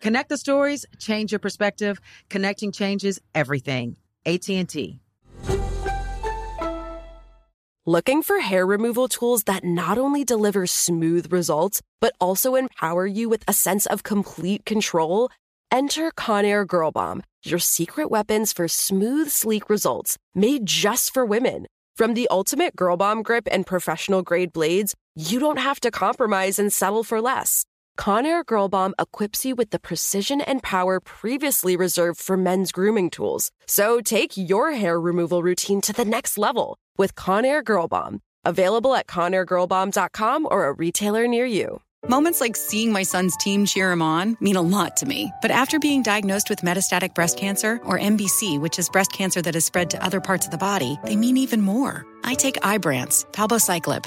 Connect the stories, change your perspective. Connecting changes everything. AT&T. Looking for hair removal tools that not only deliver smooth results, but also empower you with a sense of complete control? Enter Conair Girl Bomb, your secret weapons for smooth, sleek results, made just for women. From the ultimate Girl Bomb grip and professional grade blades, you don't have to compromise and settle for less. Conair Girl Bomb equips you with the precision and power previously reserved for men's grooming tools. So take your hair removal routine to the next level with Conair Girl Bomb. Available at conairgirlbomb.com or a retailer near you. Moments like seeing my son's team cheer him on mean a lot to me. But after being diagnosed with metastatic breast cancer, or MBC, which is breast cancer that has spread to other parts of the body, they mean even more. I take Ibrance, palbociclib.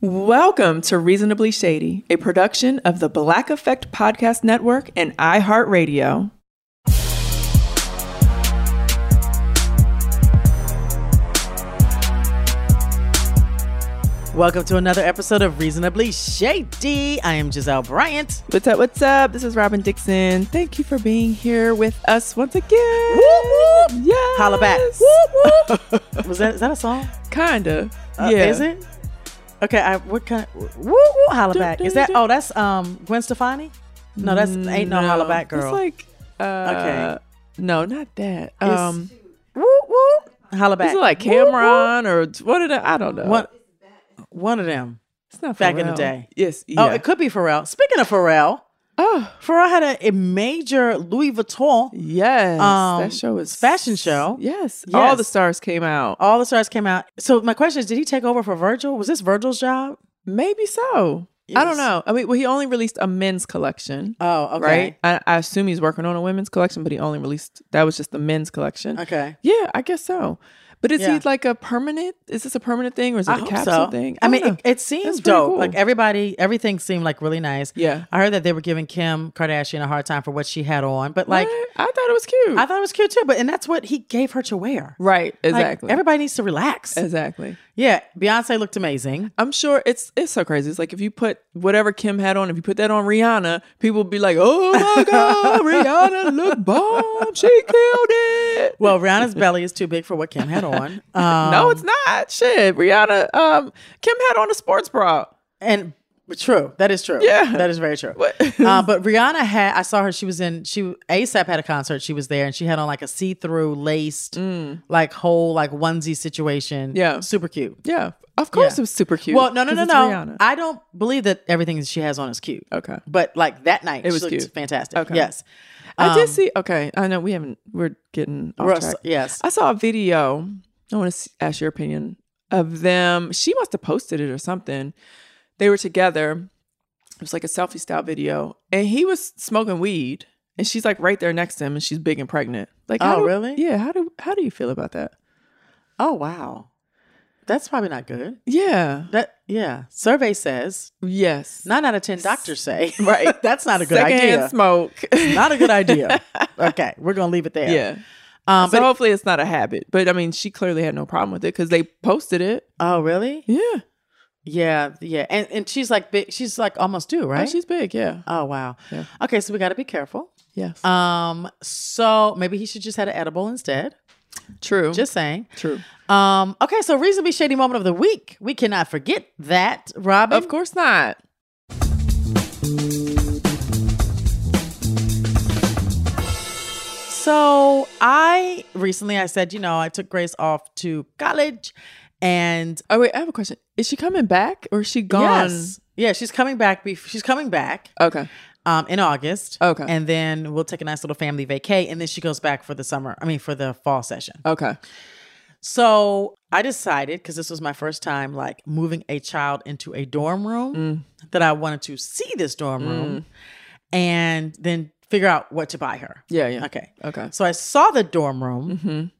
Welcome to Reasonably Shady, a production of the Black Effect Podcast Network and iHeartRadio. Welcome to another episode of Reasonably Shady. I am Giselle Bryant. What's up? What's up? This is Robin Dixon. Thank you for being here with us once again. Whoop, whoop. Yes. Holla back. Whoop, whoop. Was that is that a song? Kinda. Uh, yeah. Is it? Okay, I what kind woo woo holla back. Is that oh that's um Gwen Stefani? No, that's ain't no, holla back girl. Mm, It's like, uh, Okay. No, not that. It's- um, woo woo holla back. it's like Woo, woo. Cameron Uh, or one of the I don't know. One one of them. it's not back in the Pharrell. day. Yes. Yeah. Oh, it could be Pharrell. Speaking of Pharrell, Oh, Pharrell had a, a major Louis Vuitton. yes. Um, that show was fashion show. Yes. All Yes. the Oh. stars came out. All the stars came out. So my question is, did he take over for Virgil? Was this Virgil's job? Maybe so. I Yes. don't know. I mean, well, he only released a men's collection. Oh, okay. Right, I, I assume he's working on a women's collection, but he only released that was just the men's collection. Okay. Yeah, I guess so. But is Yeah. he like a permanent? Is this a permanent thing or is I it a hope capsule so. thing? I, don't mean, know. it, it seems That's pretty dope. cool. Like everybody, everything seemed like really nice. Yeah. I heard that they were giving Kim Kardashian a hard time for what she had on, but like, What? I thought it was cute. I thought it was cute too. But and that's what he gave her to wear. right, Like, exactly. everybody needs to relax. exactly. Yeah. Beyonce looked amazing. I'm sure it's it's so crazy. It's like if you put whatever Kim had on, if you put that on Rihanna, people would be like, "Oh my god, Rihanna look bomb! She killed it." Well, Rihanna's belly is too big for what Kim had on. Um, no, it's not. Shit, Rihanna. Um, Kim had on a sports bra. and But true. That is true. Yeah. That is very true. What- uh, but Rihanna had, I saw her, she was in, she, ASAP had a concert. She was there and she had on like a see through laced, like whole like onesie situation. Mm. Yeah. Super cute. Yeah, of course Yeah. it was super cute. Well, no, no, 'cause no, it's no. Rihanna. I don't believe that everything she has on is cute. Okay. But like that night, It it was was she looked cute. fantastic. Okay. Yes. I Um, did see. Okay, I know we haven't. We're getting off Russ- track. yes. I saw a video. I want to ask your opinion of them. She must have posted it or something. They were together. It was like a selfie style video, and he was smoking weed, and she's like right there next to him, and she's big and pregnant. Like, how Oh, do- really? Yeah. How do how do you feel about that? Oh, wow. That's probably not good. Yeah. That, yeah. Survey says Yes. nine out of 10 doctors say. Right. That's not a good Secondhand idea. smoke. Not a good idea. okay. We're going to leave it there. yeah. Um, so but, hopefully it's not a habit. But I mean, she clearly had no problem with it because they posted it. oh, really? Yeah. Yeah. Yeah. And, and she's like big. She's like almost due, Oh, right? she's big. Yeah. oh, wow. Yeah. Okay. So we got to be careful. Yes. Um, so maybe he should just had an edible instead. True. Just saying. true. Um, okay, so reasonably shady moment of the week. We cannot forget that, Robin. Of course not. So I recently I said, you know, I took Grace off to college and Oh wait, I have a question. Is she coming back or is she gone? Yes. Yeah, she's coming back. Bef- she's coming back Okay. um, in August. Okay. And then we'll take a nice little family vacay. And then she goes back for the summer, I mean, for the fall session. Okay. So I decided, because this was my first time like moving a child into a dorm room, Mm. that I wanted to see this dorm room and then figure out what to buy her. Yeah. Yeah. Okay. Okay. So I saw the dorm room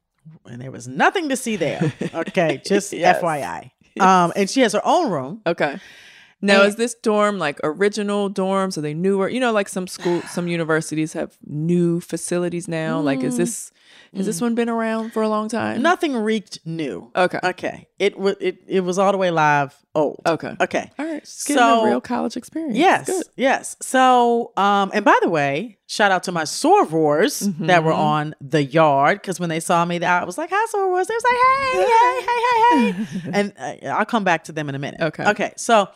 and there was nothing to see there. Okay. Just Mm. Yes. FYI. Um, and she has her own room. Okay. Now, And- is this dorm like original dorm? So they newer, you know, like some school, some universities have new facilities now. Like, Mm. is this has this one been around for a long time? Nothing reeked new. Okay. Okay. It, w- it, it was all the way live old. Okay. Okay. All right. Just getting a So- real college experience. Yes, Good. yes. So, um, and by the way, shout out to my sorvors that Mm-hmm. were on the yard because when they saw me, I was like, "Hi, sorvors!" They was like, "Hey, hey, hey, hey, hey," and uh, I'll come back to them in a minute. Okay. okay. So,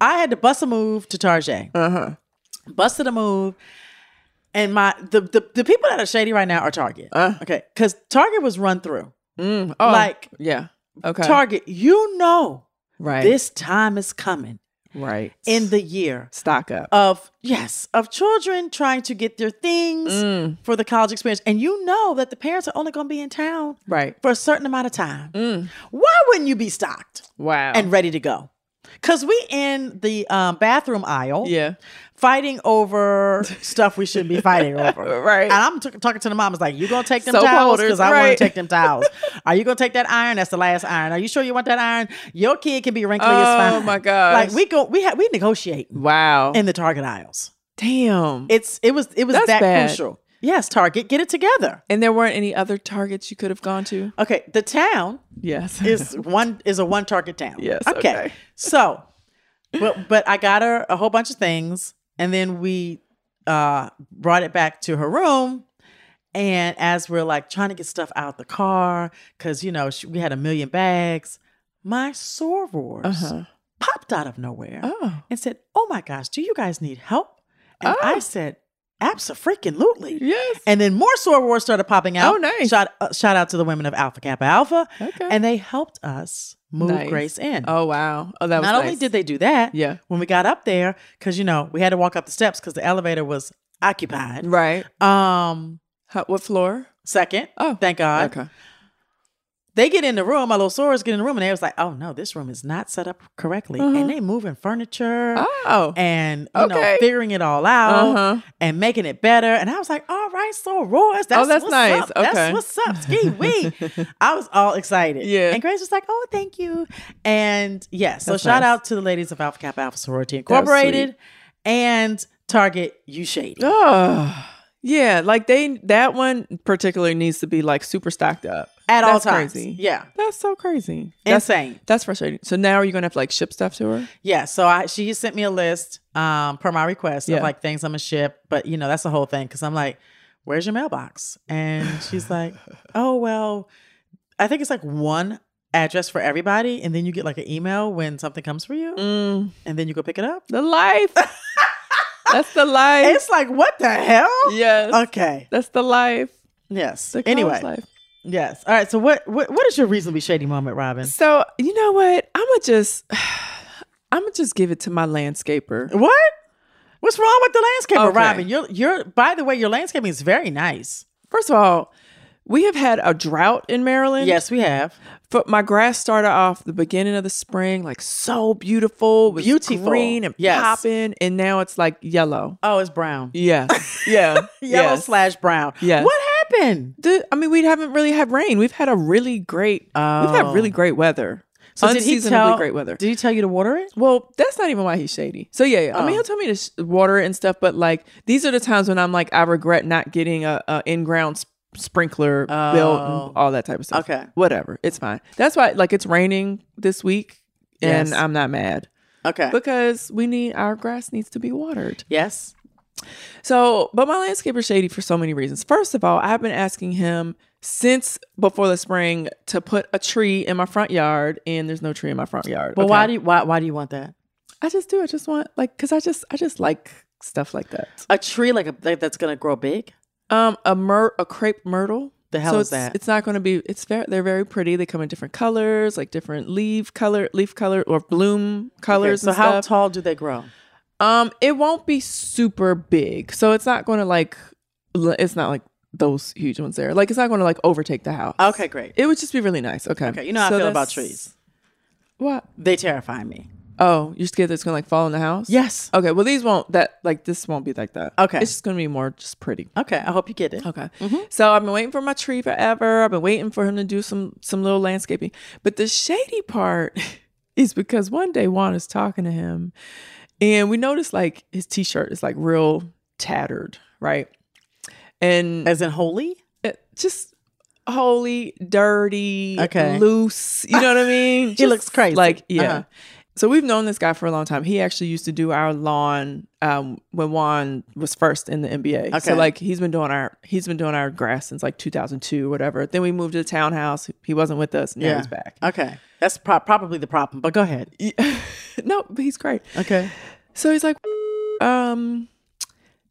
I had to bust a move to Tarjay. Uh huh. Busted a move. And my the, the the people that are shady right now are Target. Uh. okay, because Target was run through. Mm, oh, Like- yeah. Okay. Target, you know, right. this time is coming right in the year stock up. of yes of children trying to get their things Mm. for the college experience and you know that the parents are only going to be in town Right. for a certain amount of time Mm. why wouldn't you be stocked Wow. and ready to go because we in the um, bathroom aisle yeah. fighting over stuff we shouldn't be fighting over Right. and i'm t- talking to the mom it's like you gonna take them Soap towels holders, because i want right. to take them towels are you gonna take that iron that's the last iron are you sure you want that iron your kid can be wrinkly as Oh, fine my gosh. like we go we ha- we negotiate Wow. in the target aisles Damn. it's it was it was That's that bad. crucial. Yes, Target, get it together. and there weren't any other targets you could have gone to. Okay, the town Yes. is one is a one Target town. Yes, okay. So, but but I got her a whole bunch of things, and then we uh brought it back to her room. And as we're like trying to get stuff out the car, because you know she, we had a million bags, my sorors Uh-huh. popped out of nowhere Oh. and said, "Oh my gosh, do you guys need help?" And I said, "Absolutely." Yes. And then more sword wars started popping out. Oh, nice. Shout, uh, shout out to the women of Alpha Kappa Alpha. Okay. And they helped us move Nice. Grace in. oh wow. Oh, that was Not only nice. did they do that, Yeah. when we got up there, because, you know, we had to walk up the steps because the elevator was occupied. Right. Um, How, what floor? Second, Oh. thank God. Okay. They get in the room, my little swords get in the room, and they was like, oh no, this room is not set up correctly. And they moving furniture Uh-huh. Oh. and you know Okay. figuring it all out Uh-huh. and making it better. And I was like, all right, so Roars, that's, Oh, that's what's nice. Up. Okay. That's what's up, ski wee. I was all excited. Yeah. And Grace was like, oh, thank you. And yeah, so That's shout nice. out to the ladies of Alpha Kappa Alpha Sorority was Incorporated and Target You Shady. oh. Yeah. Like they that one particularly needs to be like super stocked up At all That's times. Crazy. Yeah. That's so crazy. That's- Insane. That's frustrating. So now are you gonna have to like ship stuff to her? Yeah, so I she sent me a list um per my request Yeah. of like things I'm gonna ship, but you know that's the whole thing because I'm like, where's your mailbox? And she's like, oh well, I think it's like one address for everybody, and then you get like an email when something comes for you, Mm, and then you go pick it up. the life. That's the life. It's like what the hell? yes. Okay. That's the life. Yes. The college anyway. life. Yes. All right. So what, what what is your reasonably shady moment, Robin? So you know what? I'ma just I'ma just give it to my landscaper. What? What's wrong with the landscaper, Okay. Robin? You're you're by the way, your landscaping is very nice. First of all, we have had a drought in Maryland. Yes, we have. But my grass started off the beginning of the spring, like so beautiful, was Beautiful. green and Yes. popping, and now it's like yellow. Oh, it's brown. Yeah, yeah, Yellow yes. slash brown. Yes. What happened? The- I mean, we haven't really had rain. We've had a really great, we've Oh. had really great weather. So did he Unseasonably tell, great weather. Did he tell you to water it? Well, that's not even why he's shady. So yeah, yeah. I Oh. mean, he'll tell me to sh- water it and stuff, but like these are the times when I'm like, I regret not getting a, a in ground sp- sprinkler built Oh. and all that type of stuff. Okay. whatever, it's fine. That's why like it's raining this week, and Yes. I'm not mad Okay. because we need our grass needs to be watered. yes. So, but my landscaper's shady for so many reasons. First of all, I've been asking him since before the spring to put a tree in my front yard, and there's no tree in my front yard. But why Okay? do you why why do you want that? I just do. I just want like because I just I just like stuff like that. A tree like a like that's gonna grow big? Um, a myrtle, a crepe myrtle. The hell so is it's- that? It's not going to be. It's very. They're very pretty. They come in different colors, like different leaf color, leaf color, or bloom colors. Okay, and so how stuff. tall do they grow? Um, it won't be super big, so it's not going to like. l- It's not like those huge ones there. Like it's not going to like overtake the house. Okay, great. It would just be really nice. Okay. Okay, you know how I feel about that's- trees. What? They terrify me. Oh, Oh, you're scared that it's going to like fall in the house? Yes. Okay. Well, these won't. That like this won't be like that. Okay. It's just going to be more just pretty. Okay, I hope you get it. Okay. So I've been waiting for my tree forever. I've been waiting for him to do some some little landscaping. But the shady part is because one day Juan is talking to him and we noticed like his t-shirt is like real tattered, right? And As in holy? it- Uh, just holy, dirty, Okay. loose. You know what I mean? He looks Just crazy. Like yeah. Uh-huh. So we've known this guy for a long time. He actually used to do our lawn um, when Juan was first in the NBA. Okay. So like he's been doing our he's been doing our grass since like 2002 or whatever. Then we moved to the townhouse. He wasn't with us. Now Yeah. he's back. Okay. That's pro- probably the problem, but go ahead. no, but he's great. Okay. So he's like, um,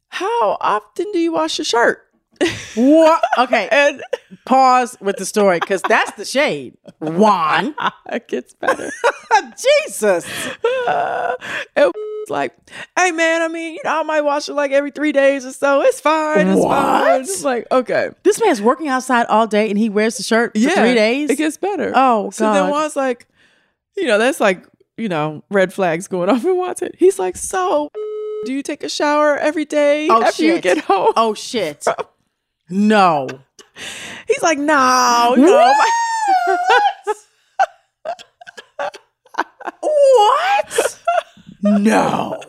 how often do you wash your shirt? What? Okay. And pause with the story because that's the shade. Juan. it gets better. Jesus. it was like, hey man, I mean, you know, I might wash it like every three days or so. It's fine. It's What? fine. It's like, okay. This man's working outside all day and he wears the shirt for Yeah. three days. It gets better. Oh, So then God. Juan's like, you know, that's like, you know, red flags going off in Juan's head. He's like, so do you take a shower every day Oh, after you shit. get home? oh, shit. No. He's like, no, no. What? no.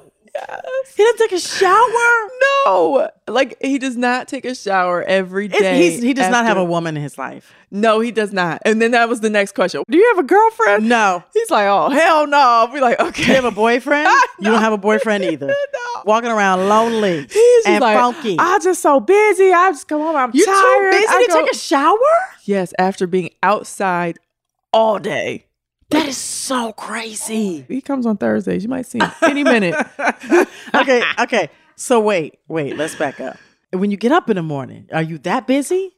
He doesn't take a shower? No, like he does not take a shower every It's- day. he's, he does not have after- a woman in his life. No, he does not. And then that was the next question. Do you have a girlfriend? No. He's like, oh hell no. We're like, okay. Do you have a boyfriend? You don't have a boyfriend either. No. Walking around lonely He's just and like, funky. I'm just so busy. I just come home. I'm you too tired. busy I to go-" take a shower? yes, after being outside all day. That is so crazy. He comes on Thursdays. You might see him any minute. okay, okay. So wait, wait, let's back up. When you get up in the morning, are you that busy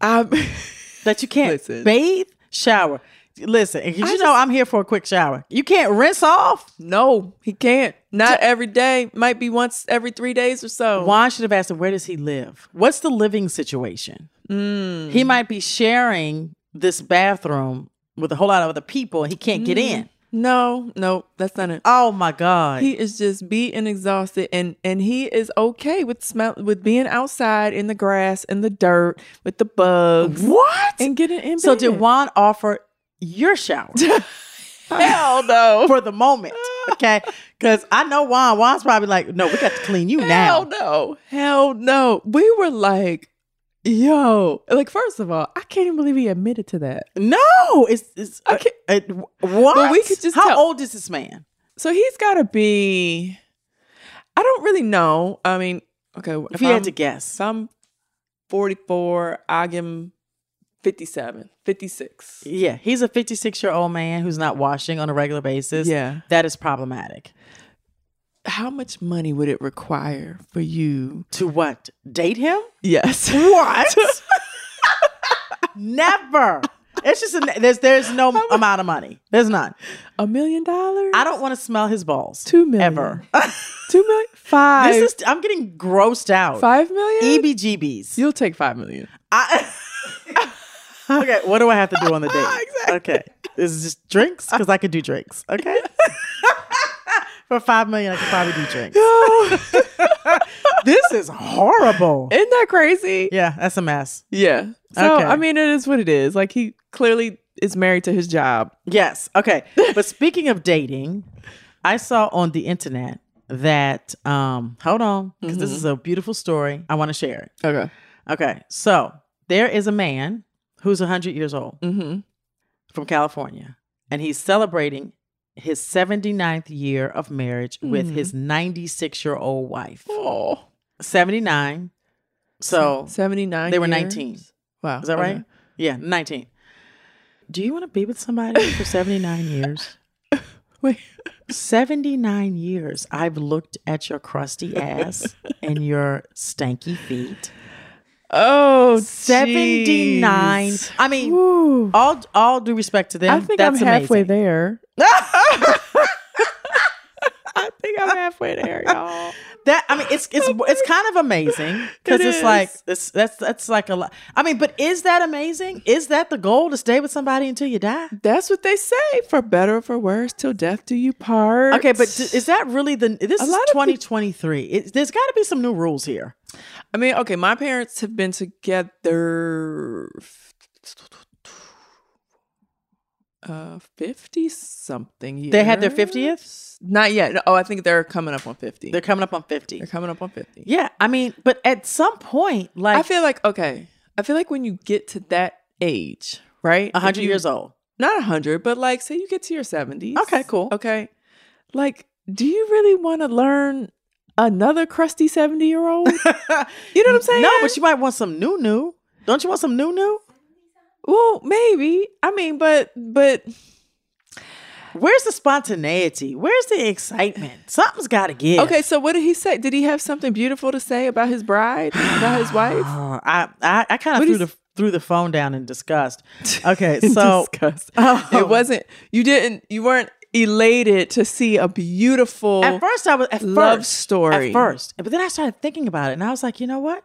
I'm, that you can't Listen. bathe, shower? Listen, and you I know I'm here for a quick shower. You can't rinse off. no, Oh, he can't. Not every day. Might be once every three days or so. Juan should have asked him, where does he live? What's the living situation? Hmm. He Mm. might be sharing this bathroom with a whole lot of other people and he can't get in. No, no, Mm-hmm. that's not it. Oh my God. He is just beat and exhausted, and and he is okay with smell with being outside in the grass and the dirt with the bugs. what? And getting in. so bed. did Juan offer your shower? Hell no. for the moment. Okay. Because I know Juan. Juan's probably like, no, we got to clean you Hell now. no. Hell no. We were like, yo, like first of all, I can't even believe he admitted to that. No, it's, it's I can't- it- what? But we could just How tell- old is this man? So he's got to be. I don't really know. I mean, okay, If, you had I'm- to guess, So I'm 44. I give him 57, 56. Yeah, he's a 56 year old man who's not washing on a regular basis. Yeah. That is problematic. How much money would it require for you? To what? Date him? Yes. What? Never. It's just a, there's there's no amount of money. There's none. A million dollars? I don't want to smell his balls. Two million. Ever. Two million? Five. this is I'm getting grossed out. E five million? EBGBs. You'll take five million. I, okay, what do I have to do on the date? Okay, this is just drinks because I could do drinks. Okay, for five million, I could probably do drinks. this is horrible. Isn't that crazy? yeah, that's a mess. Yeah. So Okay. I mean, it is what it is. Like he clearly is married to his job. Yes. Okay. But speaking of dating, I saw on the internet that um hold on because this is a beautiful story. I want to share it. Okay. Okay. So, there is a man who's 100 years old. Mm-hmm. from California, and he's celebrating his 79th year of marriage with his 96 year old wife. Mm-hmm. Oh. 79. So Seventy nine. they were 19. Is Wow. that Okay. right? Yeah, 19. Do you want to be with somebody for 79 years? Wait. 79 years. I've looked at your crusty ass and your stanky feet. Oh, 79. jeez. I mean, Woo. all all due respect to them. I think that's I'm halfway amazing. there. I think I'm halfway there, y'all. That I mean, it's it's it's kind of amazing because It it's is. like it's that's that's like a lot. I mean, but is that amazing? Is that the goal to stay with somebody until you die? That's what they say. For better or for worse, till death do you part. Okay, but d- is that really the? This A is lot of peop- twenty twenty three. There's got to be some new rules here. I mean, okay, my parents have been together f- uh 50 something years. They had their 50th? Not yet. No, Oh, I think they're coming up on 50. They're They're, coming up on fifty. coming up on 50. Yeah, I mean, but at some point, like I feel like okay. I feel like when you get to that age, right? If hundred you- years old. Not 100, but like say you get to your 70s. Okay, cool. Okay. Like do you really want to learn another crusty 70-year-old? you know what I'm saying? No, but you might want some new new. Don't you want some new new? Well, maybe. I mean, but but Where's the spontaneity? Where's the excitement? Something's got to give. Okay, so what did he say? Did he have something beautiful to say about his bride, about his wife? Oh, I I, I kind of What threw is- the threw the phone down in disgust. Okay, so Disgust. Oh. it wasn't. You didn't. You weren't elated to see a beautiful. at first I was at Love first, story. At first, but then I started thinking about it, and I was like, you know what?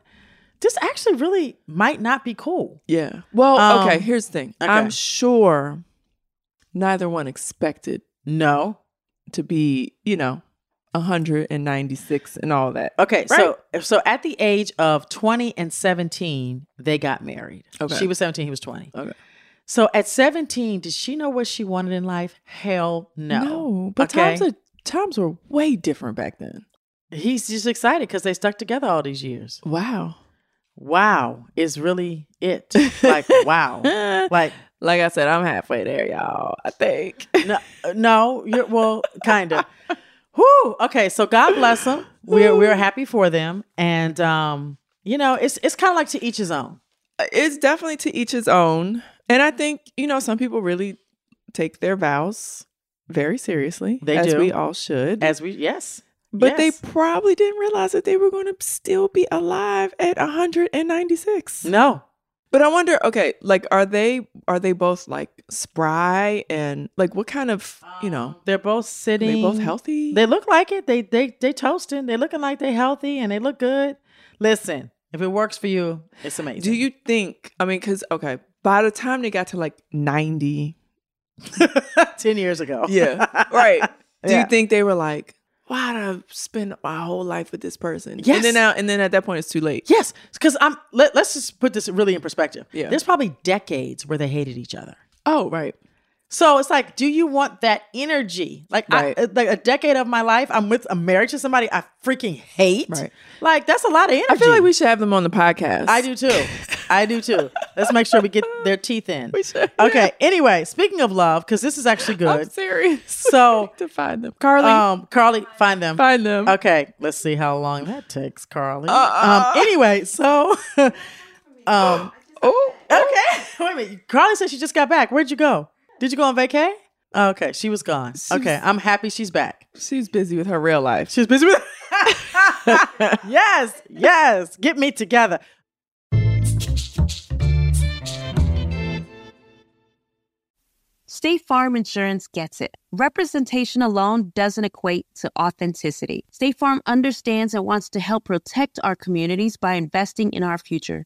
This actually really might not be cool. yeah. Well, Um, okay. Here's the thing. okay. I'm sure neither one expected No. to be, you know, 196 and all that. Okay, Right. so so at the age of twenty and seventeen, they got married. Okay. she was seventeen, he was twenty. Okay. So at seventeen, did she know what she wanted in life? Hell no. but Okay? times are times were way different back then. he's just excited because they stuck together all these years. Wow. wow is really it like wow like Eh, Like I said, I'm halfway there, y'all. I think. no no you're well kind of whoo okay so god bless them we're we're happy for them and um you know it's it's kind of like to each his own it's definitely to each his own. And I think, you know, some people really take their vows very seriously. They as do. we all should. as we yes but yes. they probably didn't realize that they were going to still be alive at 196. no But I wonder, okay, like are they are they both like spry and like what kind of, you know, they're both are sitting they both healthy? Um, they look like it they they they toasting they looking like they healthy and they look good listen if it works for you it's amazing Do you think, I mean, cuz okay, by the time they got to like 90, 10 years ago Yeah. Right. Do Yeah. you think they were like, why did I spend my whole life with this person? Yes. And then now and then at that point it's too late. Yes, because I'm. Let, let's just put this really in perspective. Yeah. There's probably decades where they hated each other. Oh, right. So it's like, do you want that energy? Like, Right. I, like a decade of my life, I'm with I'm married to somebody I freaking hate. Right. Like that's a lot of energy. I feel like we should have them on the podcast. I do too. I do too. Let's make sure we get their teeth in. We should, Okay. Anyway, speaking of love, because this is actually I'm good. serious. So, to find them. Carly, um, Carly, find them. find them. Uh, Okay, let's see how long that takes, Carly. um, anyway, so um, Oh, okay. Wait a minute. Carly said she just got back. Where'd you go? Did you go on vacay? Okay, she was gone. She Okay, was- I'm happy she's back. She's busy with her real life. She's busy with. yes, yes. Get me together. State Farm Insurance gets it. Representation alone doesn't equate to authenticity. State Farm understands and wants to help protect our communities by investing in our future,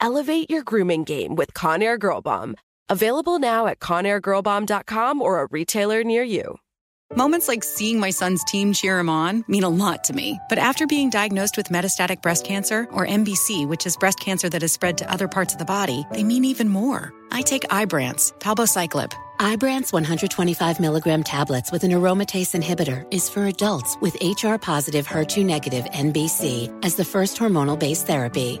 Elevate your grooming game with Conair Girl Bomb. Available now at conairgirlbomb.com or a retailer near you. Moments like seeing my son's team cheer him on mean a lot to me. But after being diagnosed with metastatic breast cancer, or MBC, which is breast cancer that has spread to other parts of the body, they mean even more. I take Ibrance, palbociclib. Ibrance 125 milligram tablets with an aromatase inhibitor is for adults with HR positive, HER2 negative NBC as the first hormonal based therapy.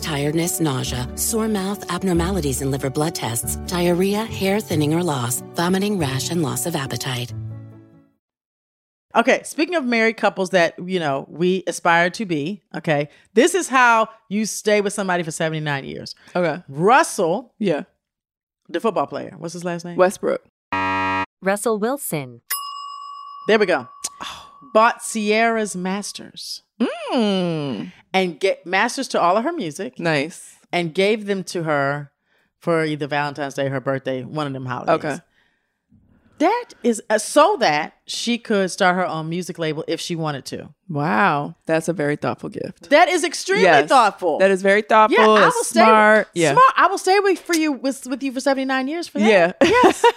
tiredness, nausea, sore mouth, abnormalities in liver blood tests, diarrhea, hair thinning or loss, vomiting, rash, and loss of appetite. Okay, speaking of married couples that, you know, we aspire to be, okay, this is how you stay with somebody for 79 years. Okay. Russell, Yeah. the football player, what's his last name? Westbrook. Russell Wilson. There we go. Bought Sierra's masters Mm, and get masters to all of her music nice. and gave them to her for either Valentine's Day or her birthday, one of them holidays. Okay. That is uh, so that she could start her own music label if she wanted to. Wow, that's a very thoughtful gift. That is extremely Yes. thoughtful. That is very thoughtful. yeah. I will that's stay smart. With, smart. I will stay with for you with with you for seventy nine years for that. Yeah.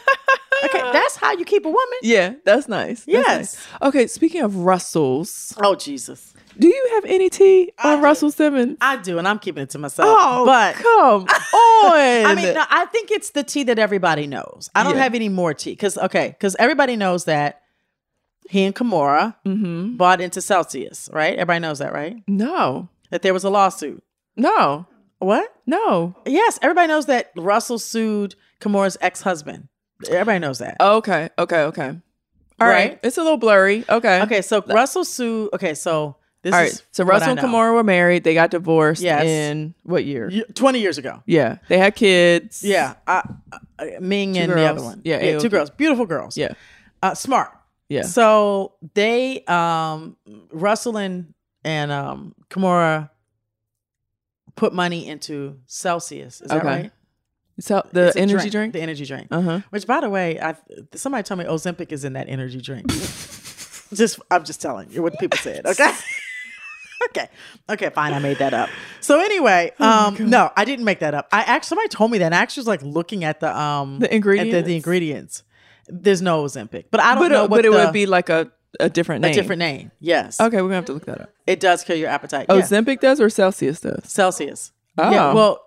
Yes. okay. That's how you keep a woman. Yeah, that's nice. That's Yes. nice. Okay, speaking of Russells, Oh Jesus. do you have any tea I on do. Russell Simmons? I do, and I'm keeping it to myself. oh, but come on. I mean, no, I think it's the tea that everybody knows. I don't Yeah. have any more tea because okay, because everybody knows that he and Kimora mm-hmm. bought into Celsius, right? Everybody knows that, right? no, That there was a lawsuit. no, What? no. Yes, everybody knows that Russell sued Kimora's ex husband. Everybody knows that. Okay, okay, okay. All right. Right. It's a little blurry. Okay. okay, so Russell sued. Okay, so this All is right. So what Russell I and know. Kimora were married. They got divorced Yes. in what year? Y- twenty years ago. Yeah. They had kids. Yeah, I, I, Ming Two and the girls. other one. Yeah, two AOP. girls, beautiful girls. Yeah. uh, smart. Yeah. So they, um, Russell and and um, Kimura put money into Celsius. Is that Okay. right? So the It's a energy drink. The energy drink. uh huh. Which, by the way, I somebody told me Ozempic is in that energy drink. just I'm just telling you what people said. Okay. okay. Okay. Fine. I made that up. So anyway, Oh um, no, I didn't make that up. I actually somebody told me that. And I actually was like looking at the um The at the, ingredients? the ingredients. There's no Ozempic, but I don't But, know uh, what but it the- would be like a, a different a name. different name. Yes. Okay, we're gonna have to look that up. It does kill your appetite. Oh, yeah. Zempic does or Celsius does? Celsius. Oh. Yeah. Well.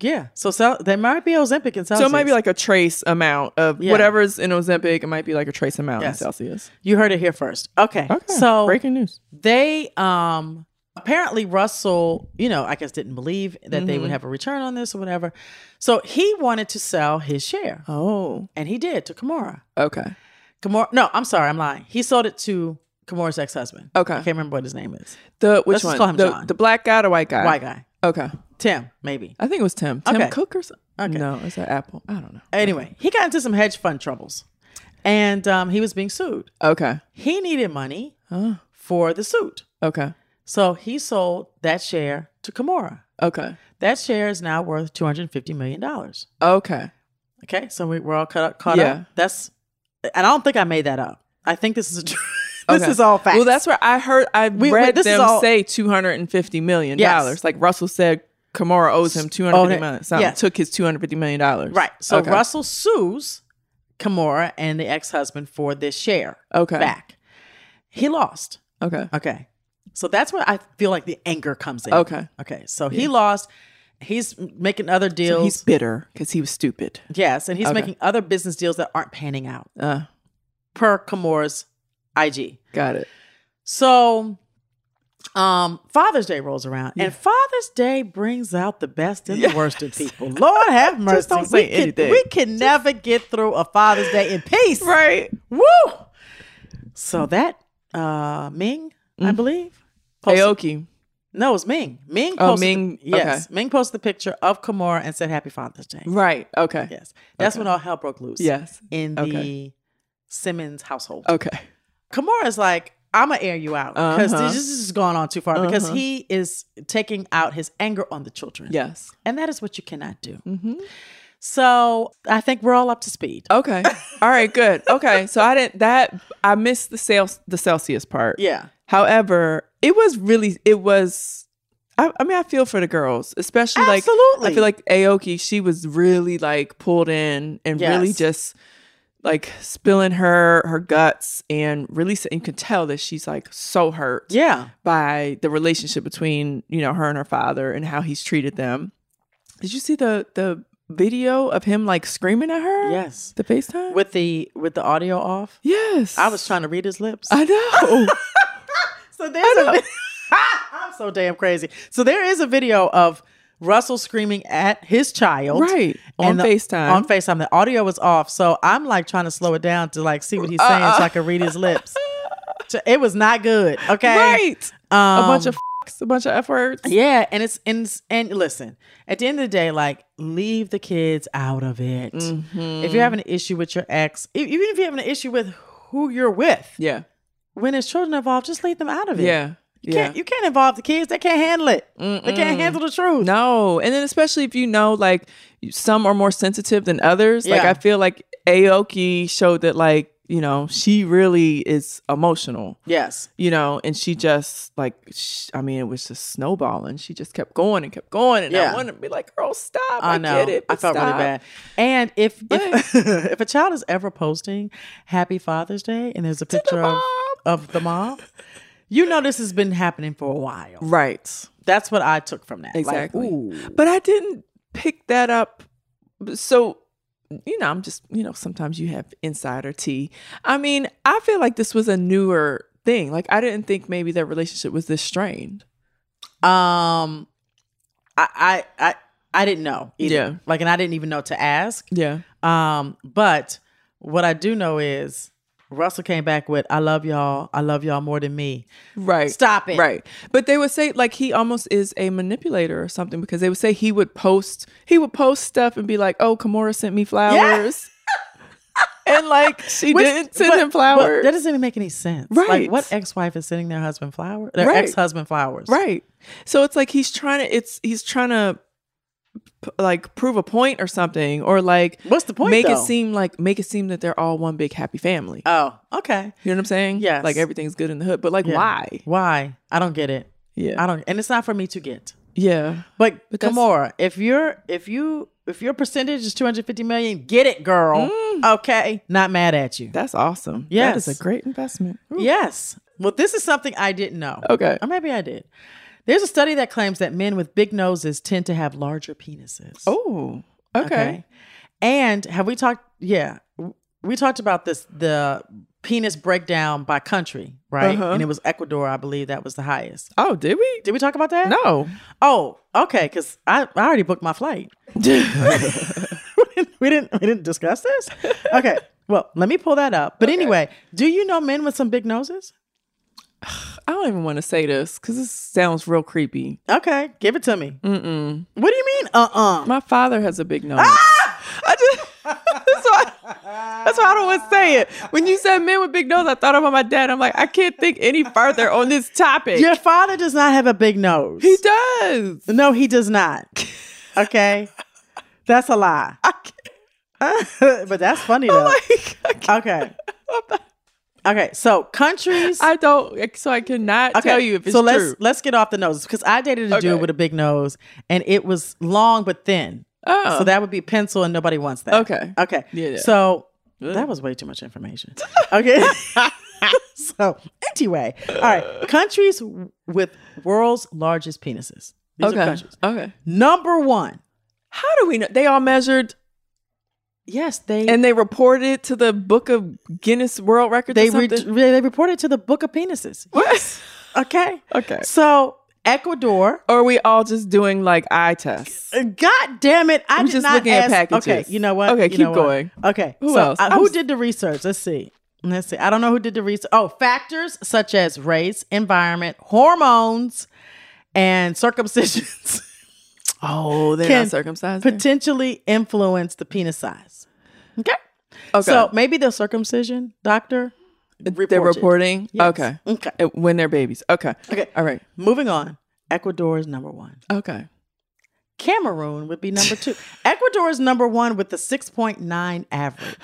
Yeah. So Cel- there might be Ozempic in Celsius. So it might be like a trace amount of Yeah. whatever's in Ozempic. It might be like a trace amount in Yes. Celsius. you heard it here first. Okay. Okay. So breaking news. they um apparently russell you know i guess didn't believe that they Mm-hmm. would have a return on this or whatever so he wanted to sell his share Oh. and he did to kimura Okay. kimura no i'm sorry i'm lying he sold it to kimura's ex-husband Okay. i can't remember what his name is The which Let's one? just call him the, John. the black guy or white guy? white guy Uh, Okay. tim maybe I think it was Tim. Tim Okay. Cook or something. Okay. No, it's an apple. I don't know. anyway he got into some hedge fund troubles and um, he was being sued Okay. he needed money Oh. for the suit Okay. so he sold that share to kimura Okay. that share is now worth $250 million Okay. Okay, so we, we're all caught up. Caught Yeah. up. That's, and I don't think I made that up. I think this is a, tr- this Okay. is all facts. Well, that's where I heard. I We- we- read this is them all- say two hundred and fifty million dollars. Yes. Like Russell said, Kamara owes him two hundred Owed fifty it. million. Something Yeah. took his two hundred fifty million dollars. right. So okay. Russell sues Kimura and the ex husband for this share Okay. back. He lost. Okay. Okay, so that's where I feel like the anger comes in. Okay. okay. So he lost. He's making other deals. So he's bitter because he was stupid. yes, and he's Okay. making other business deals that aren't panning out Uh, per Kimura's IG. got it. So um Father's Day rolls around and Father's Day brings out the best and the worst in people. Lord have mercy. don't say we anything. Can, we can never get through a Father's Day in peace. Right. Woo! So that uh Ming, I Mm-hmm. believe. posted- Aoki. No, it was Ming. Ming Oh, posted the- Ming, yes. Ming posted the picture of Kamora and said happy Father's Day. Right. Okay. Yes. That's Okay. when all hell broke loose. Yes. In the Okay. Simmons household. Okay. Kamara's like, I'm gonna air you out because Uh-huh. this is going on too far because Uh-huh. he is taking out his anger on the children. Yes. And that is what you cannot do. Mm-hmm. Oh, So I think we're all up to speed. Okay. All right. Good. Okay. So I didn't that I missed the sales the Celsius part. Yeah. However, it was really it was. I, I mean, I feel for the girls, especially like Absolutely. I feel like Aoki. She was really like pulled in and really Yes. just like spilling her her guts and really s- you can tell that she's like so hurt Yeah. by the relationship between you know her and her father and how he's treated them. Did you see the the video of him like screaming at her? Yes. the FaceTime With the with the audio off. yes. I was trying to read his lips. I know. so there's a vid- I'm so damn crazy. So there is a video of Russell screaming at his child. right on And the- FaceTime On FaceTime. The audio was off. So I'm like trying to slow it down to like see what he's saying so I can read his lips. So It was not good. Okay. Right. Um, a bunch of f***s, a bunch of f words. Yeah, and it's and it's- and listen, at the end of the day, like leave the kids out of it. Mm-hmm. If you're having an issue with your ex, e- even if you're having an issue with who you're with, Yeah. when there's children involved, just leave them out of it. Yeah. You Yeah. can't you can't involve the kids. They can't handle it. They can't Mm-mm. handle the truth. No, and then especially if you know, like you- some are more sensitive than others. Like Yeah. I feel like Aoki showed that, like you know, she really is emotional. Yes. You know, and she just like, sh- I mean, it was just snowballing. She just kept going and kept going, and Yeah. I wanted to be like, "Girl, stop!" I, I, know. get it. I but felt really stop." bad. And if But- if, if a child is ever posting Happy Father's Day and there's a picture of, of the mom, you know this has been happening for a while. Right. That's what I took from that. Like, Exactly. ooh. But I didn't pick that up. So, you know, I'm just, you know, sometimes you have insider tea. I mean, I feel like this was a newer thing. Like, I didn't think maybe their relationship was this strained. um, I I I, I didn't know. Either. Yeah. Like, and I didn't even know to ask. Yeah. Um, but what I do know is Russell came back with "I love y'all. I love y'all more than me." Right. Stop it. Right. But they would say, like, he almost is a manipulator or something because they would say he would post, he would post stuff and be like, oh, Kimura sent me flowers. and like, she Which- didn't send but- him but flowers. That doesn't even make any sense. Like Right. what ex-wife is sending their husband flowers? Their Right. ex-husband flowers. Right. So it's like he's trying to it's he's trying to p- like prove a point or something or like What's the point? make it though? seem like make it seem that they're all one big happy family. Oh, okay. you know what I'm saying? yes. Like everything's good in the hood, but like Yeah. why? Why? I don't get it. Yeah. I don't and it's not for me to get. yeah. But, But that's- Kamora, if you're if you if your percentage is 250 million, get it, girl. Mm. Okay. Not mad at you. That's awesome. That Yes. is a great investment. Ooh. Yes. Well, this is something I didn't know. Okay. Or maybe I did. There's a study that claims that men with big noses tend to have larger penises. Oh. Okay. And have we talked? Yeah, we talked about this the penis breakdown by country, right? Uh-huh. And it was Ecuador, I believe, that was the highest. Oh, did we? Did we talk about that? No. Oh, okay. Because I, I already booked my flight. we, didn't, we didn't we didn't discuss this. Okay. Well, let me pull that up. But anyway, do you know men with some big noses? I don't even want to say this cuz this sounds real creepy. Okay, give it to me. Mm-mm. What do you mean? Uh uh My father has a big nose. Ah! I just that's why that's why I don't want to say it. When you said men with big nose, I thought about my dad. I'm like, I can't think any further on this topic. Your father does not have a big nose. He does. No, he does not. Okay. that's a lie. but that's funny though. Like, I can't- okay. Okay. So countries. I don't. So I cannot okay, tell you if it's so let's true. let's get off the noses because I dated a Okay. dude with a big nose and it was long but thin. Oh, So that would be pencil and nobody wants that. okay. Okay. Yeah, yeah. So that was way too much information. Okay. so anyway, all right. Countries w- with world's largest penises. These are okay. countries. Okay. Number one. How do we know? They all measured Yes, they and they reported to the Book of Guinness World Records. they or re- something? they reported to the Book of Penises. what? Okay. Okay. So Ecuador. Or are we all just doing like eye tests? God damn it! I I'm did just not looking at ask- packages. Okay, you know what? Okay, You keep know what? going. Okay, Who so, else? uh, I'm who s- did the research? Let's see. Let's see. I don't know who did the research. Oh, factors such as race, environment, hormones, and circumcisions Oh, they're Can not circumcised. there? potentially influence the penis size. Okay. okay. So maybe the circumcision doctor. They're reported. reporting. Yes. Okay. Okay. Uh, When they're babies. Okay. Okay. All right. Moving on. Ecuador is number one. Okay. Cameroon would be number two. Ecuador is number one with the 6.9 average.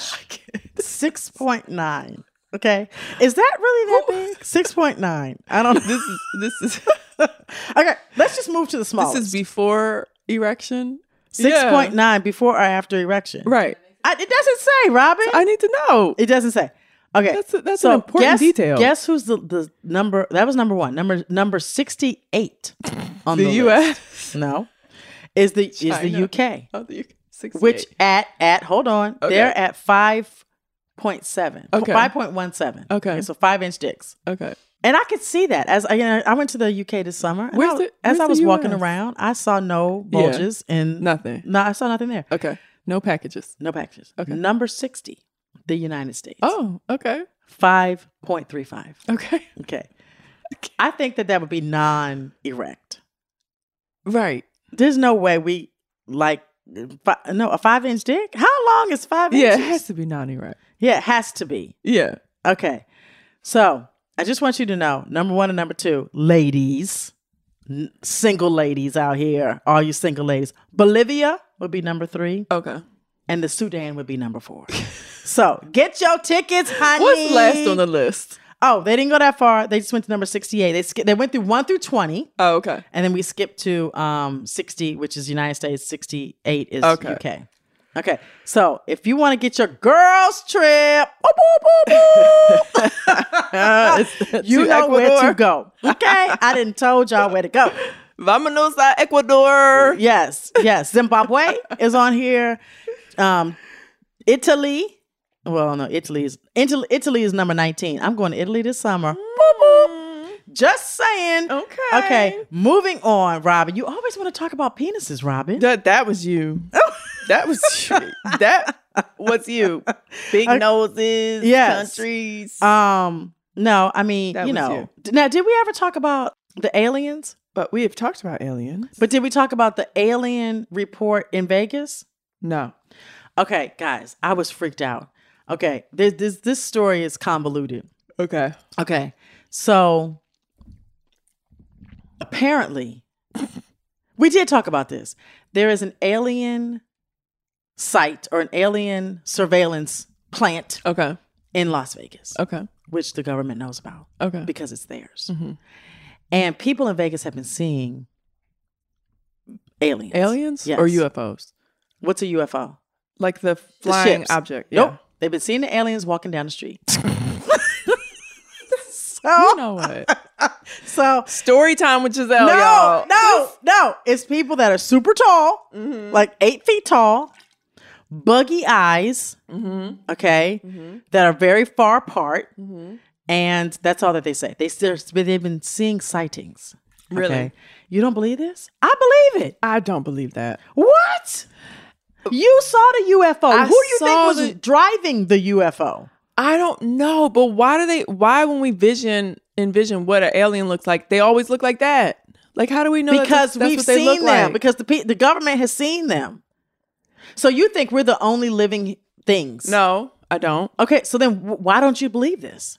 6.9. Okay. Is that really that big? 6.9. I don't This is this is Okay. Let's just move to the this smallest. is before erection. Yeah. 6.9 before or after erection. Right. I, it doesn't say, Robin. I need to know. it doesn't say. Okay. That's a- that's an important guess, detail. Guess who's the, the number? That was number one. Number number 68 on the, the list. U.S. No. Is the is China. the UK. Oh, the UK. which 68. at at hold on Okay. they're at 5.7 Okay. 5.17 Okay. so five inch dicks okay. and i could see that as i you know, i went to the uk this summer and Where's I- the- as where's i the was walking US? around i saw no Yeah. bulges and Nothing. no i saw nothing there Okay. No packages. no packages Okay. number 60 the united states Oh. Okay. 5.35 Okay. okay i think that that would be non-erect Right. there's no way we like fi- no a five inch dick how long is five Yeah. It inches has to be non-erect. yeah it has to be Yeah. Okay. So I just want you to know number one and number two, ladies, n- single ladies out here, all you single ladies, Bolivia would be number three, Okay. and the Sudan would be number four. so get your tickets, honey. What's last on the list? Oh, they didn't go that far. They just went to number 68. They, sk- they went through one through 20. Oh, okay. And then we skip to um 60, which is United States, 68 is Okay. UK. Okay. So if you want to get your girls trip, boop, boop, boop, boop, It's you to know where Ecuador. to go. Okay. I didn't told y'all where to go. Vamanos a Ecuador. Yes, yes. Zimbabwe is on here. Um Italy. Well, no, Italy is Italy, Italy is number 19. I'm going to Italy this summer. Boop, boop. Just saying. Okay. Okay, moving on, Robin. You always want to talk about penises, Robin. That that was you. that was you. that was you. Big Okay. noses, Yes. countries. Um, no, I mean, That you was know. D- Now, did we ever talk about the aliens? but we have talked about aliens. But did we talk about the alien report in Vegas? No. Okay, guys, I was freaked out. Okay, this this, this story is convoluted. Okay. Okay, so apparently, we did talk about this. There is an alien site or an alien surveillance plant Okay. in Las Vegas, Okay. which the government knows about Okay. because it's theirs. Mhm. And people in Vegas have been seeing aliens. Aliens Yes. or UFOs? What's a UFO? Like the The flying ships. object. Nope. They've been seeing the aliens walking down the street. Yeah. so, You know what? so Story time with Giselle, no, y'all. no, no. It's people that are super tall, Mm-hmm. like eight feet tall, buggy eyes, Mm-hmm. okay, that are very far apart. And that's all that they say. They still, they've been seeing sightings. Really? You don't believe this? I believe it. I don't believe that. What? You saw the UFO. I Who do you think saw was the- driving the UFO? I don't know, but why do they why when we vision envision what an alien looks like, they always look like that? Like how do we know that because that's, that's we've what they seen look them. like? Because the pe- the government has seen them. So you think we're the only living things? no, I don't. Okay, so then w- why don't you believe this?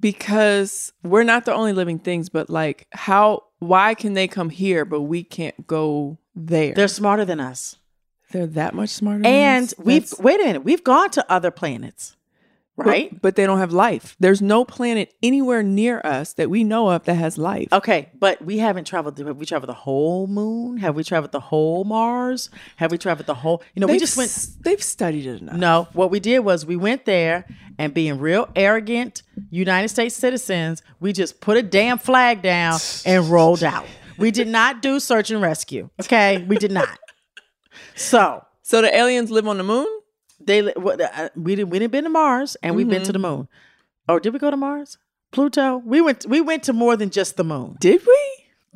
Because we're not the only living things, but like how why can they come here but we can't go there? They're smarter than us, They're that much smarter. than and us? we've Mm, That's- wait a minute. We've gone to other planets, but- right? But, they don't have life. There's no planet anywhere near us that we know of that has life. Okay, but we haven't traveled. Have we traveled the whole moon? Have we traveled the whole Mars? Have we traveled the whole? You know, we They've just went. s- They've studied it enough. No, what we did was we went there and being real arrogant United States citizens, we just put a damn flag down and rolled out. We did not do search and rescue. Okay, we did not. So So the aliens live on the moon. they li- what, uh, we didn't we didn't been to Mars and we've been to the Mm-hmm. moon. Or did we go to Mars? Pluto. We went we went to more than just the moon. Did we?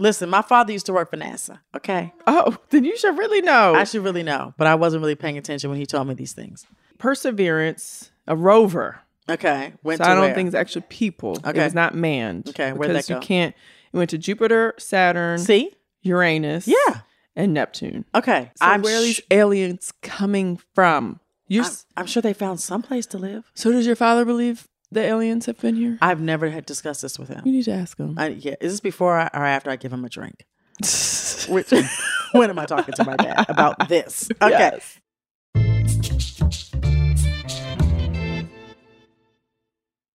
Listen, my father used to work for NASA. Okay, Oh, then you should really know. I should really know, but I wasn't really paying attention when he told me these things. Perseverance, a rover. Okay, went So to I don't where? think it's actually people. Okay. It was not manned. Okay, where'd because that go? You can't. It went to Jupiter, Saturn, See, Uranus, yeah. and Neptune. Okay, So where are sh- these aliens coming from? You're, I'm, s- I'm sure they found some place to live. so does your father believe the aliens have been here? I've never had discussed this with you him. need to ask him. I, yeah, is this before I, or after I give him a drink? Which, when am I talking to my dad about this? Okay. Yes.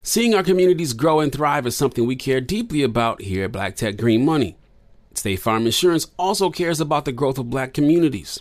Seeing our communities grow and thrive is something we care deeply about here at Black Tech Green Money. State Farm Insurance also cares about the growth of black communities.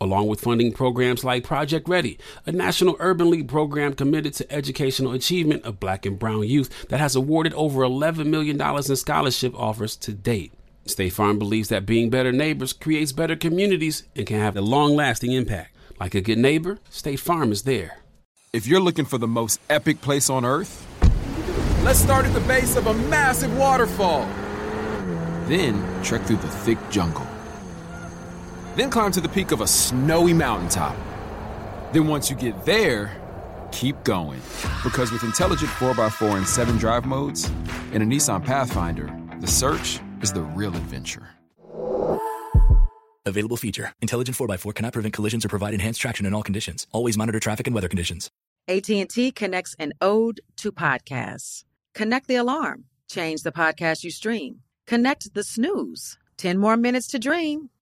along with funding programs like Project Ready, a national urban league program committed to educational achievement of black and brown youth that has awarded over $11 million in scholarship offers to date. State Farm believes that being better neighbors creates better communities and can have a long lasting impact. Like a good neighbor, State Farm is there. If you're looking for the most epic place on earth, Let's start at the base of a massive waterfall. Then trek through the thick jungle. Then climb to the peak of a snowy mountaintop. Then once you get there, keep going. Because with intelligent 4x4 and 7 drive modes and a Nissan Pathfinder, the search is the real adventure. Available feature. Intelligent 4x4 cannot prevent collisions or provide enhanced traction in all conditions. Always monitor traffic and weather conditions. AT&T connects an ode to podcasts. Connect the alarm. Change the podcast you stream. Connect the snooze. 10 more minutes to dream.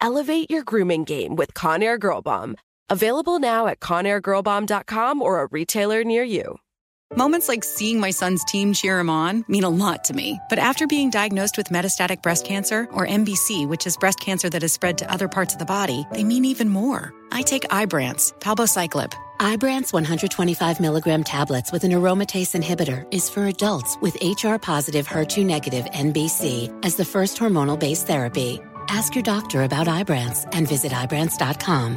Elevate your grooming game with Conair Girl Bomb. Available now at conairgirlbomb.com or a retailer near you. Moments like seeing my son's team cheer him on mean a lot to me. But after being diagnosed with metastatic breast cancer, or MBC, which is breast cancer that is spread to other parts of the body, they mean even more. I take Ibrance, palbociclib. Ibrance 125 milligram tablets with an aromatase inhibitor is for adults with HR positive, HER2 negative NBC as the first hormonal based therapy. Ask your doctor about Ibrance and visit Ibrance.com.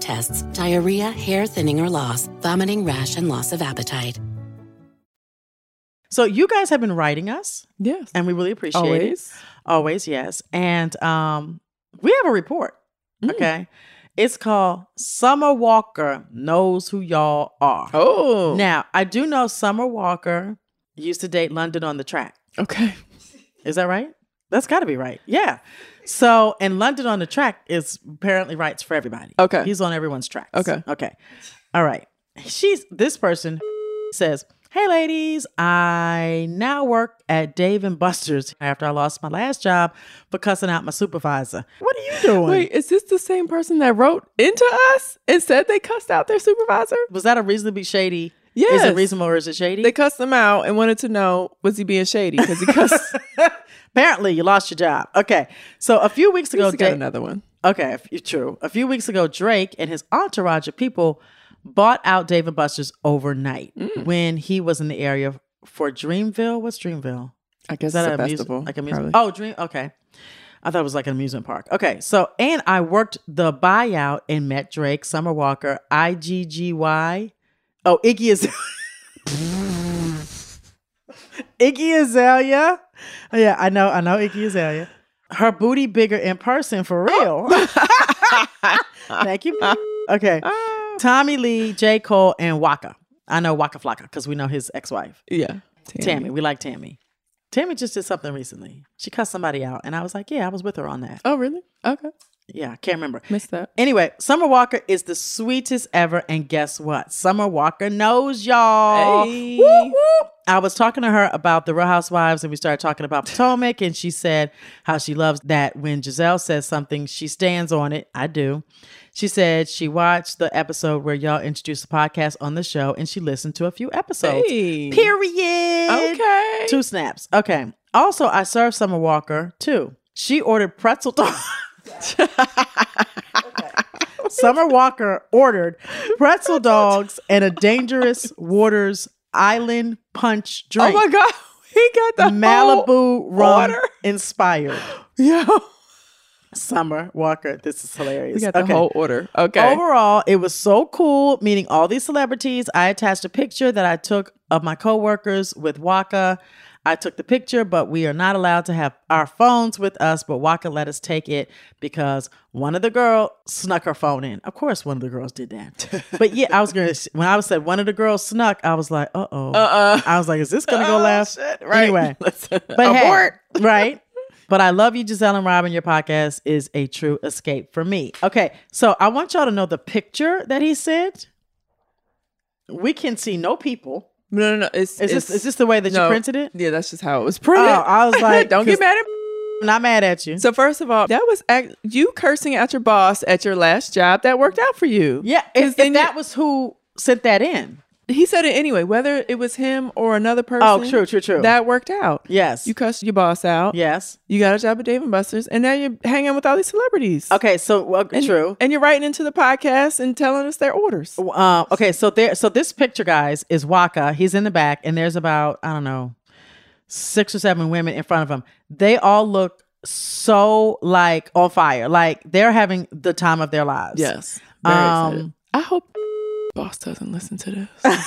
tests, diarrhea, hair thinning or loss, vomiting, rash, and loss of appetite. So you guys have been writing us. Yes. And we really appreciate Always. it. Always, yes. And um, we have a report. Mm. Okay. It's called Summer Walker Knows Who Y'all Are. Oh. Now, I do know Summer Walker used to date London on the track. Okay. Is that right? That's got to be right. Yeah. So, and London on the track is apparently rights for everybody. Okay. He's on everyone's tracks. Okay. Okay. All right. She's this person says, "Hey ladies, I now work at Dave and Buster's after I lost my last job for cussing out my supervisor. What are you doing? Wait, is this the same person that wrote into us and said they cussed out their supervisor? Was that a reasonably shady? Is Yes. it reasonable or is it shady? They cussed him out and wanted to know was he being shady because he cussed. Apparently, you lost your job. Okay. So a few weeks He ago, still got Dave- another one. Okay, if you- true. A few weeks ago, Drake and his entourage of people bought out Dave and Buster's overnight when he was in the area for Dreamville. What's Dreamville? I guess Is that it's a a festival. music, like a music? probably. Oh, Dream. Okay, I thought it was like an amusement park. Okay, so and I worked the buyout and met Drake, Summer Walker, I G G Y. Oh, Iggy is. Iggy Azalea. Oh, yeah, I know, I know Iggy Azalea. Her booty bigger in person for real. Oh. Thank you. Okay. Ah. Tommy Lee, J. Cole, and Waka. I know Waka Flocka because we know his ex wife. yeah. Tammy. We like Tammy. Tammy just did something recently. She cussed somebody out, and I was like, "Yeah, I was with her on that." Oh, really? Okay. Yeah, I can't remember. Missed that. Anyway, Summer Walker is the sweetest ever. And guess what? Summer Walker knows y'all. Hey. Woo, woo. I was talking to her about the Real Housewives and we started talking about Potomac. and she said how she loves that when Giselle says something, she stands on it. I do. She said she watched the episode where y'all introduced the podcast on the show and she listened to a few episodes. Hey. Period. Okay. Two snaps. Okay. Also, I served Summer Walker too. She ordered pretzel dogs. Summer Walker ordered pretzel dogs and a dangerous waters island punch Oh drink. my god, he got the whole- Malibu rum order. inspired. Yeah, Summer Walker, this is hilarious. he got the Okay. whole order. Okay, Overall, it was so cool meeting all these celebrities. I attached a picture that I took of my coworkers with Waka. I took the picture, but we are not allowed to have our phones with us. But Waka let us take it because one of the girls snuck her phone in. Of course, one of the girls did that. but yeah, I was gonna when I said one of the girls snuck, I was like, uh oh. uh, I was like, is this gonna go left? right. Anyway, Let's- but hey, abort. right? But I love you, Giselle and Robin. Your podcast is a true escape for me. Okay, so I want y'all to know the picture that he sent. We can see no people. No, no, no. It's, Is this it's- is this the way that no. you printed it? Yeah, that's just how it was printed. Oh, I was like, don't get 'cause- mad at I'm not mad at you. So first of all, that was act- you cursing at your boss at your last job. That worked out for you. yeah, Because if, then if you- that was who sent that in. he said it anyway. Whether it was him or another person. Oh, true, true, true. That worked out. yes, You cussed your boss out. yes. You got a job at Dave and Buster's, and now you're hanging with all these celebrities. Okay, so well, And- true. And you're writing into the podcast and telling us their orders. Uh, okay, so there, so this picture, guys, is Waka. He's in the back, and there's about I don't know six or seven women in front of him. They all look so like on fire, like they're having the time of their lives. Yes. Very excited. Um, I hope boss doesn't listen to this.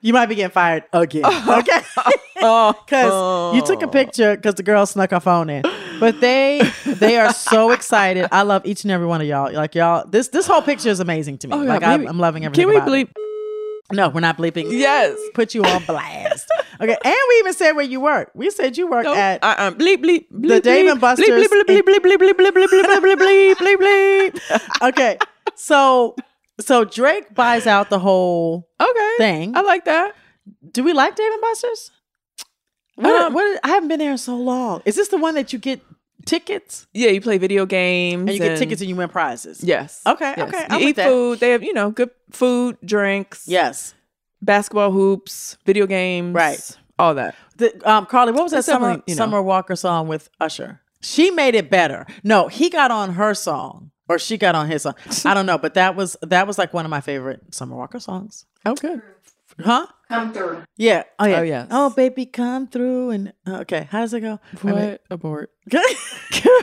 you might be getting fired again, okay? oh, Because you took a picture because the girl snuck her phone in, but they they are so excited. I love each and every one of y'all. Like y'all, this this whole picture is amazing to me. Oh, yeah, like we- I'm, I'm loving everything. Can we about it. believe? No, we're not bleeping. Yes. put you on blast. Okay, and we even said where you work. We said you work No, at uh-uh. bleep bleep bleep the Dave and bleep, Buster's. bleep bleep bleep bleep bleep bleep bleep bleep bleep bleep bleep bleep bleep bleep. Okay, so so Drake buys out the whole okay thing. I like that Do we like Dave and Buster's? What, Um, what- I haven't been there in so long. Is this the one that you get tickets yeah you play video games and you get tickets and you win prizes? yes Okay, Yes. okay, you I'm eat with that. food they have you know good food drinks Yes. basketball hoops video games Right. all that The, um, Carly, what was that It's summer definitely, you know. Summer Walker song with Usher? She made it better. No, he got on her song, or she got on his song. I don't know, but that was that was like one of my favorite Summer Walker songs. oh good Huh? Come through. Yeah. Oh yeah. Oh, yes. Oh baby, come through and uh, okay. How does it go? I what mean- abort come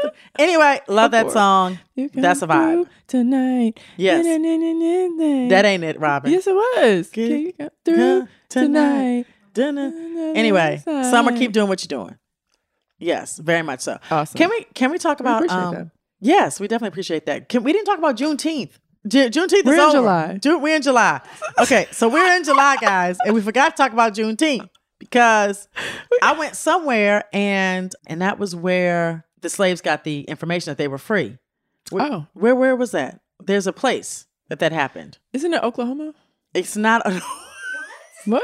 through. Anyway, love that Abort. song. You That's a come vibe. through tonight Yes. That that ain't it, Robin. yes it was Get- can you come through come tonight. tonight Dunna. Anyway, summer, keep doing what you're doing. Yes, very much so. Awesome. Can we can we talk about? appreciate um, that. Yes, we definitely appreciate that. Can we didn't talk about Juneteenth? Ju- Juneteenth We're is in over. July. Ju- we're in July. Okay, so we're in July, guys, and we forgot to talk about Juneteenth because I went somewhere and and that was where the slaves got the information that they were free. Where, Oh. where where was that? There's a place that that happened. isn't it Oklahoma It's not. A, What?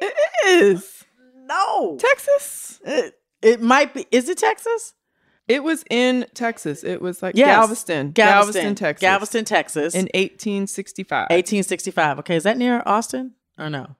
It is. no, Texas? it, it might be. Is it Texas? It was in Texas. It was like Yes. Galveston. Galveston, Texas. Galveston, Texas. In 1865. 1865. Okay, is that near Austin or no?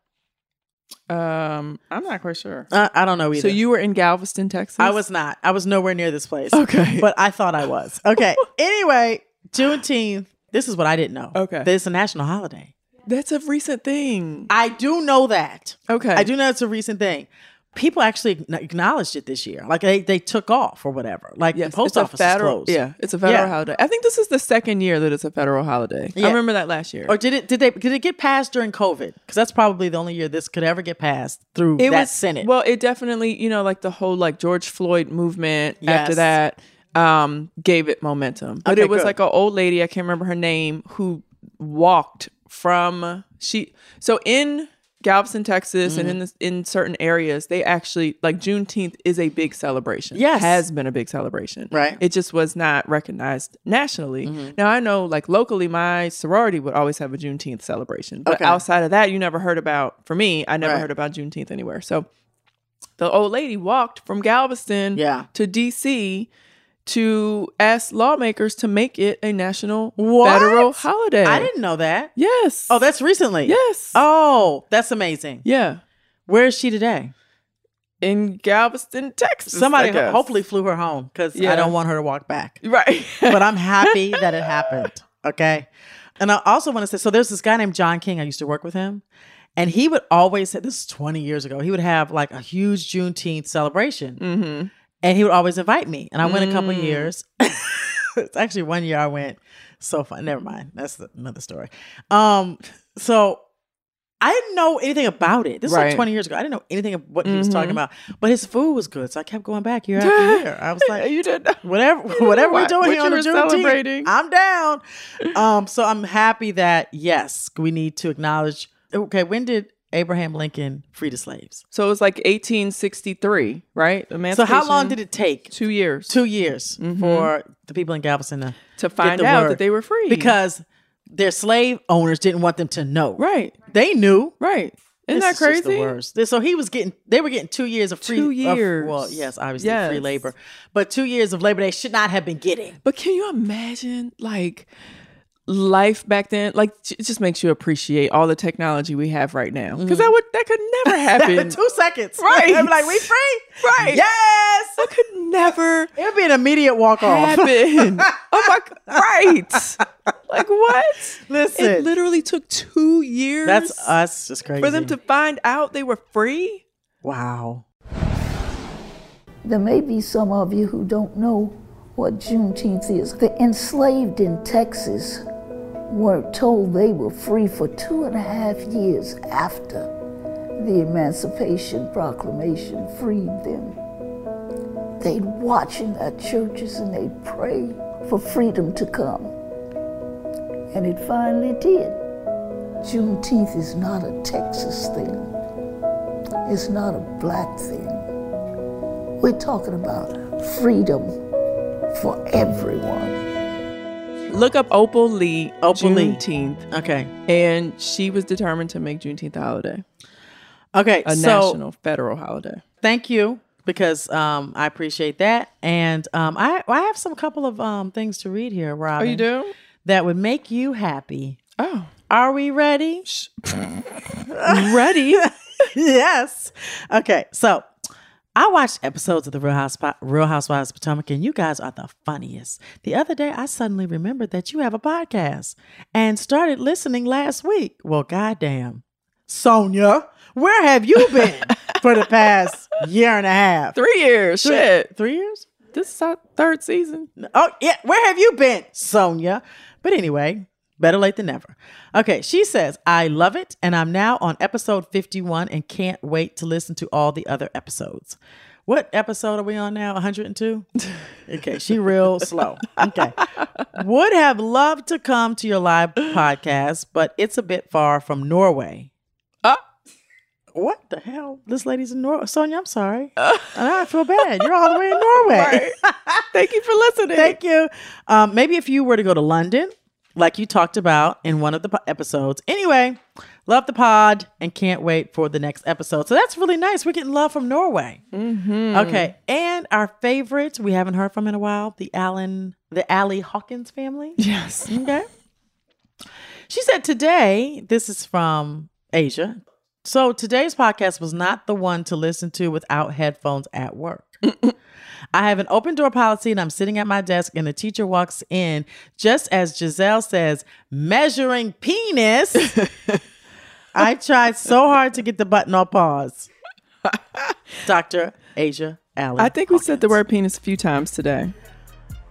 Um, I'm not quite sure. Uh, I don't know either. So you were in Galveston, Texas? I was not. I was nowhere near this place. Okay. But I thought I was. Okay. anyway, Juneteenth. This is what I didn't know. Okay. That it's a national holiday. That's a recent thing. I do know that. Okay. I do know it's a recent thing. People actually ackn- acknowledged it this year. Like they, they took off or whatever. Like Yes, the post it's a office is federal, closed. Yeah, it's a federal Yeah. holiday. I think this is the second year that it's a federal holiday. Yeah. I remember that last year. Or did it did they did it get passed during COVID? Because that's probably the only year this could ever get passed through it that was Senate. Well, it definitely, you know, like the whole like George Floyd movement after Yes. that um gave it momentum. But Okay, it was good. like an old lady, I can't remember her name, who walked from she so in Galveston, Texas, Mm-hmm. and in this, in certain areas, they actually like Juneteenth is a big celebration. Yes. has been a big celebration. Right. Mm-hmm. It just was not recognized nationally. Now I know, like locally, my sorority would always have a Juneteenth celebration, but Okay. outside of that, you never heard about. For me, I never Right. heard about Juneteenth anywhere. So the old lady walked from Galveston Yeah. to D.C. to ask lawmakers to make it a national federal What? holiday. I didn't know that. Yes. Oh, that's recently. yes. Oh, that's amazing. yeah. Where is she today? in Galveston, Texas. Somebody I guess. hopefully flew her home because Yeah. I don't want her to walk back. right? but I'm happy that it happened. Okay. And I also want to say so there's this guy named John King. I used to work with him. And he would always say, this is 20 years ago, he would have like a huge Juneteenth celebration. mm-hmm. And he would always invite me. And I went a couple Mm. years. it's actually one year I went. So fun. Never mind. That's the- another story. Um, so I didn't know anything about it. This is Right. like 20 years ago. I didn't know anything of what he was talking Mhm. about. But his food was good. So I kept going back year after year. I was like, you did not whatever know whatever why- we're doing what here on you the were Juneteenth, celebrating. I'm down. Um, so I'm happy that yes, we need to acknowledge. Okay, when did Abraham Lincoln free the slaves? So it was like 1863, right? So how long did it take? Two years Two years Mhm. for the people in Galveston to, to get find the out word. that they were free because their slave owners didn't want them to know. right, They knew. right. Isn't This that is just the crazy? worst. So he was getting. They were getting two years of free. Two of- years. well, yes, obviously free Yes. labor, but two years of labor they should not have been getting. But can you imagine like life back then? Like j- it just makes you appreciate all the technology we have right now because that would Mm-hmm. that could never happen. in two seconds. Right. They'd be like, we free? Right. Yes. that could never It'd be an immediate walk off. happen. oh my! Right? Like what? It Listen. literally took two years. That's us. Just crazy. for them to find out they were free. Wow. There may be some of you who don't know what Juneteenth is. The enslaved in Texas weren't told they were free for two and a half years after the Emancipation Proclamation freed them. They'd watch in their churches and they'd pray for freedom to come. And it finally did. Juneteenth is not a Texas thing. It's not a black thing. We're talking about freedom for everyone. Look up Opal Lee, Opal Lee. Juneteenth, Okay. and she was determined to make Juneteenth a holiday, Okay. a so national federal holiday. thank you because um, I appreciate that, and um, I I have some couple of um, things to read here, Oh, Robin. you do? that would make you happy. Oh, Are we ready? ready? yes. Okay. So I watched episodes of the Real, Housewi- Real Housewives of Potomac, and you guys are the funniest. The other day, I suddenly remembered that you have a podcast and started listening last week. Well, goddamn. Sonia, where have you been for the past year and a half? Three years. Three- Shit. Three years? This is our third season. Oh, yeah. Where have you been, Sonia? But anyway, better late than never. Okay, she says, I love it, and I'm now on episode 51 and can't wait to listen to all the other episodes. What episode are we on now? 102? Okay, she real slow. Okay. Would have loved to come to your live podcast, but it's a bit far from Norway. Uh. What the hell? This lady's in Norway. Sonia, I'm sorry. And I feel bad. You're all the way in Norway. Thank you for listening. Thank you. Um, maybe if you were to go to London, like you talked about in one of the po- episodes. Anyway, love the pod and can't wait for the next episode. So that's really nice. We're getting love from Norway. Mm-hmm. Okay, and our favorite we haven't heard from in a while the Allen, the Allie Hawkins family. Yes. Okay. She said today, this is from Asia. So today's podcast was not the one to listen to without headphones at work. I have an open door policy and I'm sitting at my desk and the teacher walks in just as Giselle says, measuring penis. I tried so hard to get the button on pause. Dr. Asia Allen. I think we said the word penis a few times today.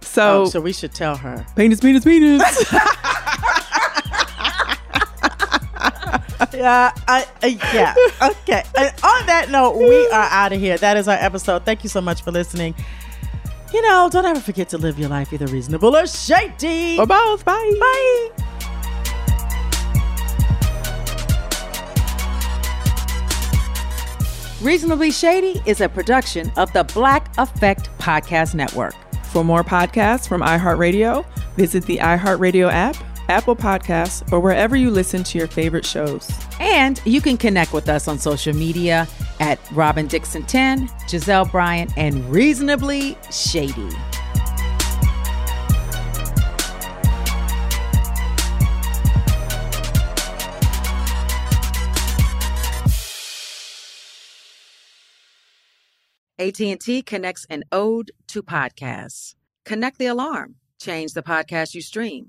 So, Oh, so we should tell her. penis, penis, penis. Yeah, I, uh, yeah. Okay. And on that note, we are out of here. That is our episode. Thank you so much for listening. You know, don't ever forget to live your life either reasonable or shady. or both. Bye. Bye. Reasonably Shady is a production of the Black Effect Podcast Network. For more podcasts from iHeartRadio, visit the iHeartRadio app, Apple Podcasts, or wherever you listen to your favorite shows. And you can connect with us on social media at Robin Dixon 10, Giselle Bryant, and Reasonably Shady. AT&T connects an ode to podcasts. Connect the alarm. Change the podcast you stream.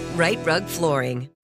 Right Rug Flooring.